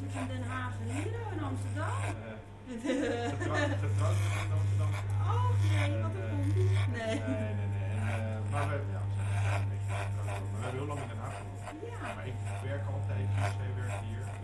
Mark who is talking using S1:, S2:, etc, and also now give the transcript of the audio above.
S1: Dus in Den Haag en hier oh, in Amsterdam.
S2: Getrouwd getrouwd in Amsterdam.
S1: oh nee, wat een combi. Nee.
S2: Nee, nee, nee. En, eh, maar we, ja, we zijn een beetje getrouwd, maar we hebben heel lang in Den Haag gewoond.
S1: Ja.
S2: Maar ik werk altijd, ik werk hier.